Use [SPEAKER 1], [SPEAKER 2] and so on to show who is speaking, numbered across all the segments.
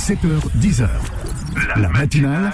[SPEAKER 1] 7h, 10h. La matinale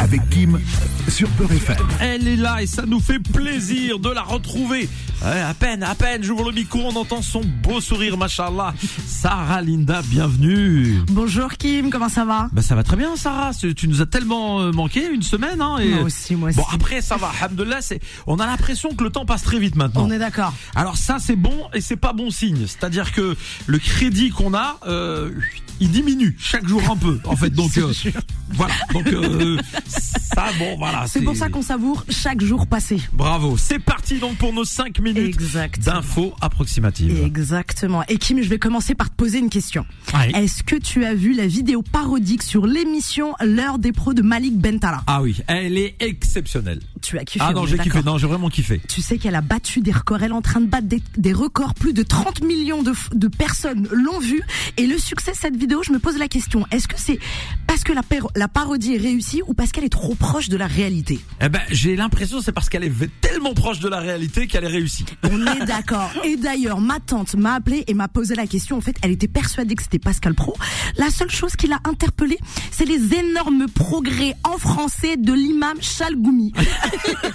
[SPEAKER 1] avec Kim sur Peur FM.
[SPEAKER 2] Elle est là et ça nous fait plaisir de la retrouver. Ouais, à peine, à peine, j'ouvre le micro, on entend son beau sourire, machallah. Sarah Linda, bienvenue.
[SPEAKER 3] Bonjour Kim, comment ça va
[SPEAKER 2] Bah ça va très bien, Sarah. c'est- Tu nous as tellement euh, manqué une semaine. Hein, et-
[SPEAKER 3] Moi aussi, moi
[SPEAKER 2] Bon
[SPEAKER 3] aussi.
[SPEAKER 2] après ça va, alhamdoulilah, c'est on a l'impression que le temps passe très vite maintenant.
[SPEAKER 3] On est d'accord.
[SPEAKER 2] Alors ça c'est bon et c'est pas bon signe. C'est-à-dire que le crédit qu'on a, euh, il diminue chaque jour un peu en fait. Donc
[SPEAKER 3] C'est
[SPEAKER 2] euh,
[SPEAKER 3] sûr.
[SPEAKER 2] voilà. Donc euh, ça bon voilà.
[SPEAKER 3] C'est pour ça qu'on savoure chaque jour passé.
[SPEAKER 2] Bravo. C'est parti donc pour nos 5 minutes
[SPEAKER 3] Exact.
[SPEAKER 2] d'infos approximatives.
[SPEAKER 3] Exactement. Et Kim, je vais commencer par te poser une question.
[SPEAKER 2] Ouais.
[SPEAKER 3] Est-ce que tu as vu la vidéo parodique sur l'émission L'heure des pros de Malik Bentala
[SPEAKER 2] Ah oui, elle est exceptionnelle.
[SPEAKER 3] Tu as kiffé
[SPEAKER 2] Ah non,
[SPEAKER 3] on est
[SPEAKER 2] j'ai kiffé.
[SPEAKER 3] d'accord.
[SPEAKER 2] Non, j'ai vraiment kiffé.
[SPEAKER 3] Tu sais qu'elle a battu des records, elle est en train de battre des, des records, plus de 30 millions de, f- de personnes l'ont vue. Et le succès de cette vidéo, je me pose la question, est-ce que c'est parce que la, par- la parodie est réussie ou parce qu'elle est trop proche de la réalité
[SPEAKER 2] Eh ben, j'ai l'impression que c'est parce qu'elle est tellement proche de la réalité qu'elle est réussie.
[SPEAKER 3] On est d'accord. Et d'ailleurs, ma tante m'a appelé et m'a posé la question. En fait, elle était persuadée que c'était Pascal Pro. La seule chose qui l'a interpellée, c'est les énormes progrès en français de l'imam Chalgoumi.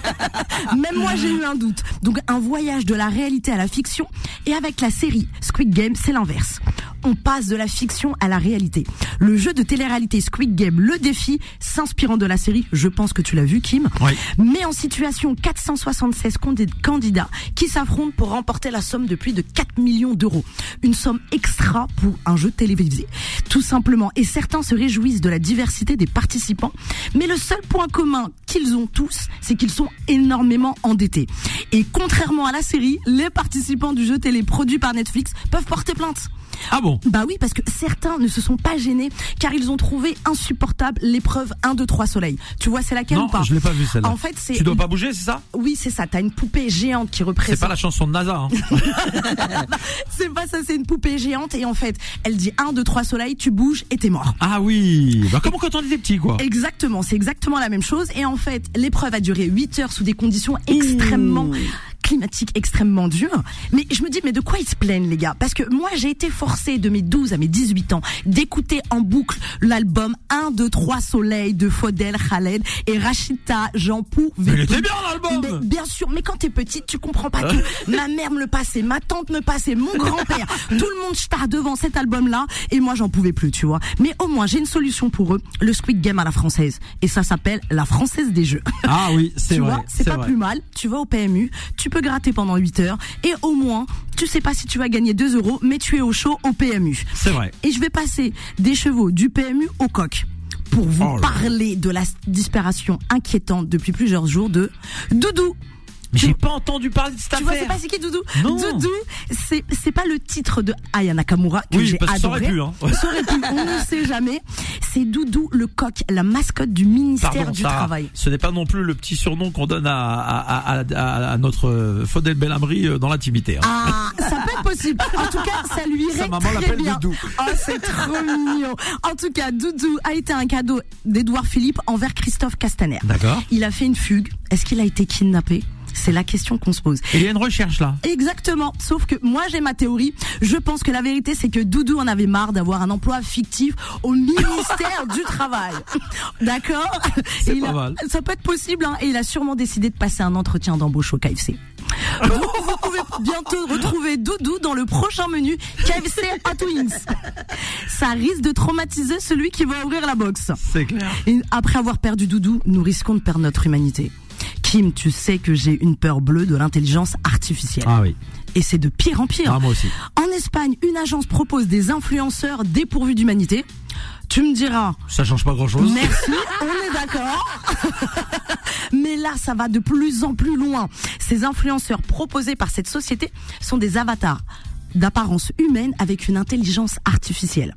[SPEAKER 3] Même moi, j'ai eu un doute. Donc, un voyage de la réalité à la fiction. Et avec la série Squid Game, c'est l'inverse. On passe de la fiction à la réalité. Le jeu de télé-réalité Squid Game, le défi, s'inspirant de la série, je pense que tu l'as vu, Kim,
[SPEAKER 2] Oui.
[SPEAKER 3] met en situation 476 condi- candidats qui s'affrontent pour remporter la somme de plus de 4 millions d'euros. Une somme extra pour un jeu télévisé. Tout simplement. Et certains se réjouissent de la diversité des participants. Mais le seul point commun qu'ils ont tous, c'est qu'ils sont énormément endettés. Et contrairement à la série, les participants du jeu télé produit par Netflix peuvent porter plainte.
[SPEAKER 2] Ah bon
[SPEAKER 3] Bah oui, parce que certains ne se sont pas gênés car ils ont trouvé insupportable l'épreuve 1, 2, 3 soleil. Tu vois, c'est laquelle
[SPEAKER 2] Non,
[SPEAKER 3] ou pas
[SPEAKER 2] je l'ai pas vu celle-là.
[SPEAKER 3] En fait, c'est
[SPEAKER 2] Tu dois pas bouger, c'est ça
[SPEAKER 3] oui, c'est ça. T'as une poupée géante qui
[SPEAKER 2] C'est pas
[SPEAKER 3] représente.
[SPEAKER 2] la chanson de NASA. Hein.
[SPEAKER 3] C'est pas ça, c'est une poupée géante. Et en fait, elle dit 1, 2, 3 soleil, tu bouges et t'es mort.
[SPEAKER 2] Ah oui, bah, comment quand on était petit quoi.
[SPEAKER 3] Exactement, c'est exactement la même chose. Et en fait, l'épreuve a duré 8 heures sous des conditions
[SPEAKER 2] Mmh.
[SPEAKER 3] extrêmement climatiques, extrêmement dures. Mais je me dis, mais de quoi ils se plaignent, les gars Parce que moi, j'ai été forcée de mes 12 à mes 18 ans d'écouter en boucle l'album 1, 2, 3 Soleil de Faudel Khaled et Rachita, j'en pouvais
[SPEAKER 2] Mais il était
[SPEAKER 3] plus.
[SPEAKER 2] bien l'album
[SPEAKER 3] Mais bien sûr, mais quand t'es petite, tu comprends pas tout. Ma mère me le passait, ma tante me passait, mon grand-père, tout le monde starre devant cet album-là, et moi j'en pouvais plus, tu vois. Mais au moins j'ai une solution pour eux, le Squid Game à la française, et ça s'appelle la française des jeux.
[SPEAKER 2] Ah oui, c'est
[SPEAKER 3] Tu
[SPEAKER 2] vrai.
[SPEAKER 3] vois, c'est pas
[SPEAKER 2] vrai.
[SPEAKER 3] plus mal. Tu vas au PMU, tu peux gratter pendant 8 heures, et au moins, tu sais pas si tu vas gagner 2 euros, mais tu es au chaud au PMU.
[SPEAKER 2] C'est vrai.
[SPEAKER 3] Et je vais passer des chevaux du PMU au coq pour vous
[SPEAKER 2] Oh là.
[SPEAKER 3] parler de la disparition inquiétante depuis plusieurs jours de Doudou.
[SPEAKER 2] Mais j'ai pas entendu parler de cette
[SPEAKER 3] Tu vois,
[SPEAKER 2] affaire.
[SPEAKER 3] c'est pas c'est qui Doudou
[SPEAKER 2] Non.
[SPEAKER 3] Doudou, c'est c'est pas le titre de Aya Nakamura que
[SPEAKER 2] oui,
[SPEAKER 3] j'ai
[SPEAKER 2] parce que ça aurait
[SPEAKER 3] adoré.
[SPEAKER 2] pu. Hein. Ouais.
[SPEAKER 3] Ça aurait pu, on ne sait jamais. C'est Doudou le coq, la mascotte du ministère
[SPEAKER 2] Pardon,
[SPEAKER 3] du
[SPEAKER 2] Sarah,
[SPEAKER 3] Travail.
[SPEAKER 2] ce n'est pas non plus le petit surnom qu'on donne à, à, à, à- à notre euh, Faudel Belhamri euh, dans l'intimité. hein.
[SPEAKER 3] Ah, ça peut être possible. En tout cas, ça lui irait
[SPEAKER 2] Sa maman
[SPEAKER 3] très
[SPEAKER 2] l'appelle
[SPEAKER 3] bien.
[SPEAKER 2] Doudou.
[SPEAKER 3] Oh, c'est trop mignon. En tout cas, Doudou a été un cadeau d'Edouard Philippe envers Christophe Castaner.
[SPEAKER 2] D'accord.
[SPEAKER 3] Il a fait une fugue. Est-ce qu'il a été kidnappé C'est la question qu'on se pose.
[SPEAKER 2] Et Il y a une recherche là.
[SPEAKER 3] Exactement. Sauf que moi, j'ai ma théorie. Je pense que la vérité, c'est que Doudou en avait marre d'avoir un emploi fictif au ministère du Travail. D'accord
[SPEAKER 2] C'est
[SPEAKER 3] Et il
[SPEAKER 2] pas
[SPEAKER 3] a-
[SPEAKER 2] mal.
[SPEAKER 3] Ça peut être possible, hein. Et il a sûrement décidé de passer un entretien d'embauche au KFC. Donc, vous pouvez bientôt retrouver Doudou dans le prochain menu KFC à Twins. Ça risque de traumatiser celui qui va ouvrir la box.
[SPEAKER 2] C'est clair.
[SPEAKER 3] Et après avoir perdu Doudou, nous risquons de perdre notre humanité. Kim, tu sais que j'ai une peur bleue de l'intelligence artificielle.
[SPEAKER 2] Ah oui.
[SPEAKER 3] Et c'est de pire en pire.
[SPEAKER 2] Ah, moi aussi.
[SPEAKER 3] En Espagne, une agence propose des influenceurs dépourvus d'humanité. Tu me diras,
[SPEAKER 2] Ça change pas grand chose.
[SPEAKER 3] merci, on est d'accord. Mais là, ça va de plus en plus loin. Ces influenceurs proposés par cette société sont des avatars d'apparence humaine avec une intelligence artificielle.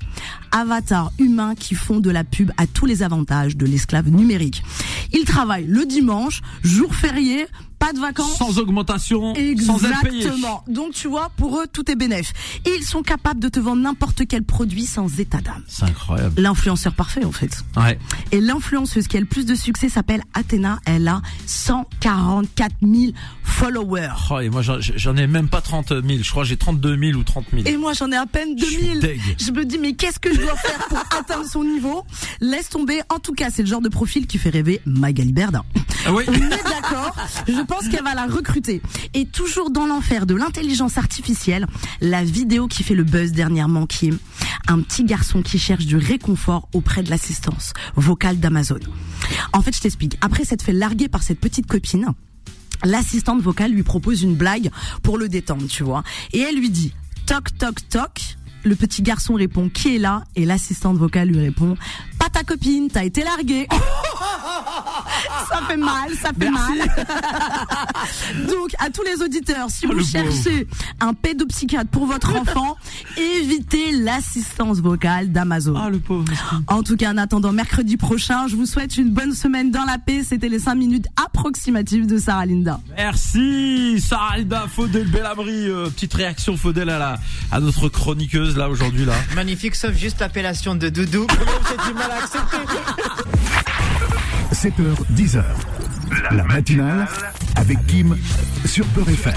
[SPEAKER 3] Avatars humains qui font de la pub à tous les avantages de l'esclave numérique. Ils travaillent le dimanche, jour férié, pas de vacances.
[SPEAKER 2] Sans augmentation, sans être payé.
[SPEAKER 3] Exactement. Donc tu vois, pour eux, tout est bénéf. Et ils sont capables de te vendre n'importe quel produit sans état d'âme.
[SPEAKER 2] C'est incroyable.
[SPEAKER 3] L'influenceur parfait, en fait.
[SPEAKER 2] Ouais.
[SPEAKER 3] Et l'influenceuse qui a le plus de succès s'appelle Athéna. Elle a 144 000 followers.
[SPEAKER 2] Oh, et moi, j'en- j'en ai même pas 30 000. Je crois que j'ai 32 000 ou 30 000.
[SPEAKER 3] Et moi, j'en ai à peine
[SPEAKER 2] Je suis
[SPEAKER 3] 2000.
[SPEAKER 2] deg.
[SPEAKER 3] Je, me dis, mais qu'est-ce que je dois faire pour atteindre son niveau Laisse tomber. En tout cas, c'est le genre de profil qui fait rêver Magali Berda.
[SPEAKER 2] Ah oui.
[SPEAKER 3] On est d'accord. Je pense qu'elle va la recruter. Et toujours dans l'enfer de l'intelligence artificielle, la vidéo qui fait le buzz dernièrement, Kim. Un petit garçon qui cherche du réconfort auprès de l'assistance vocale d'Amazon. En fait, je t'explique. Après s'être fait larguer par cette petite copine, l'assistante vocale lui propose une blague pour le détendre, tu vois. Et elle lui dit toc toc toc. Le petit garçon répond qui est là et l'assistante vocale lui répond pas ta copine, t'as été larguée. ça fait mal, ça fait mal. Donc à tous les auditeurs, si
[SPEAKER 2] Oh,
[SPEAKER 3] vous
[SPEAKER 2] le
[SPEAKER 3] cherchez un pédopsychiatre pour votre enfant, évitez l'assistance vocale d'Amazon.
[SPEAKER 2] Ah, le pauvre. mesquin.
[SPEAKER 3] En tout cas, en attendant mercredi prochain, je vous souhaite une bonne semaine dans la paix. C'était les 5 minutes approximatives de Sarah Linda.
[SPEAKER 2] Merci, Sarah Alda, Faudel Bellamri. euh, petite réaction, Faudel, à, la, à notre chroniqueuse, là, aujourd'hui, là.
[SPEAKER 4] Magnifique, sauf juste l'appellation de doudou. J'ai du mal à accepter.
[SPEAKER 1] 7h, 10h. La matinale avec Kim sur Peur FM.